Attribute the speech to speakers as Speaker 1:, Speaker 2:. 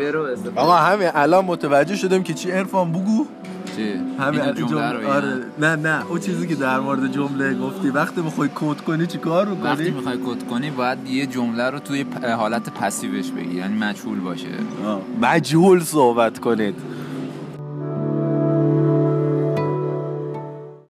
Speaker 1: یه رو استفاده
Speaker 2: آقا همین الان متوجه شدم که چی عرفان بگو
Speaker 1: چی؟
Speaker 2: همین
Speaker 1: این
Speaker 2: الان
Speaker 1: جمله رو یعنی.
Speaker 2: جمله
Speaker 1: بگم.
Speaker 2: آره نه نه اون چیزی که در مورد جمله گفتی وقتی بخوای کد کنی چیکار
Speaker 1: وقتی
Speaker 2: میکنی
Speaker 1: میخوای کد کنی باید یه جمله رو توی پ- حالت پسیوش بگی یعنی مجهول باشه
Speaker 2: مجهول صحبت کنید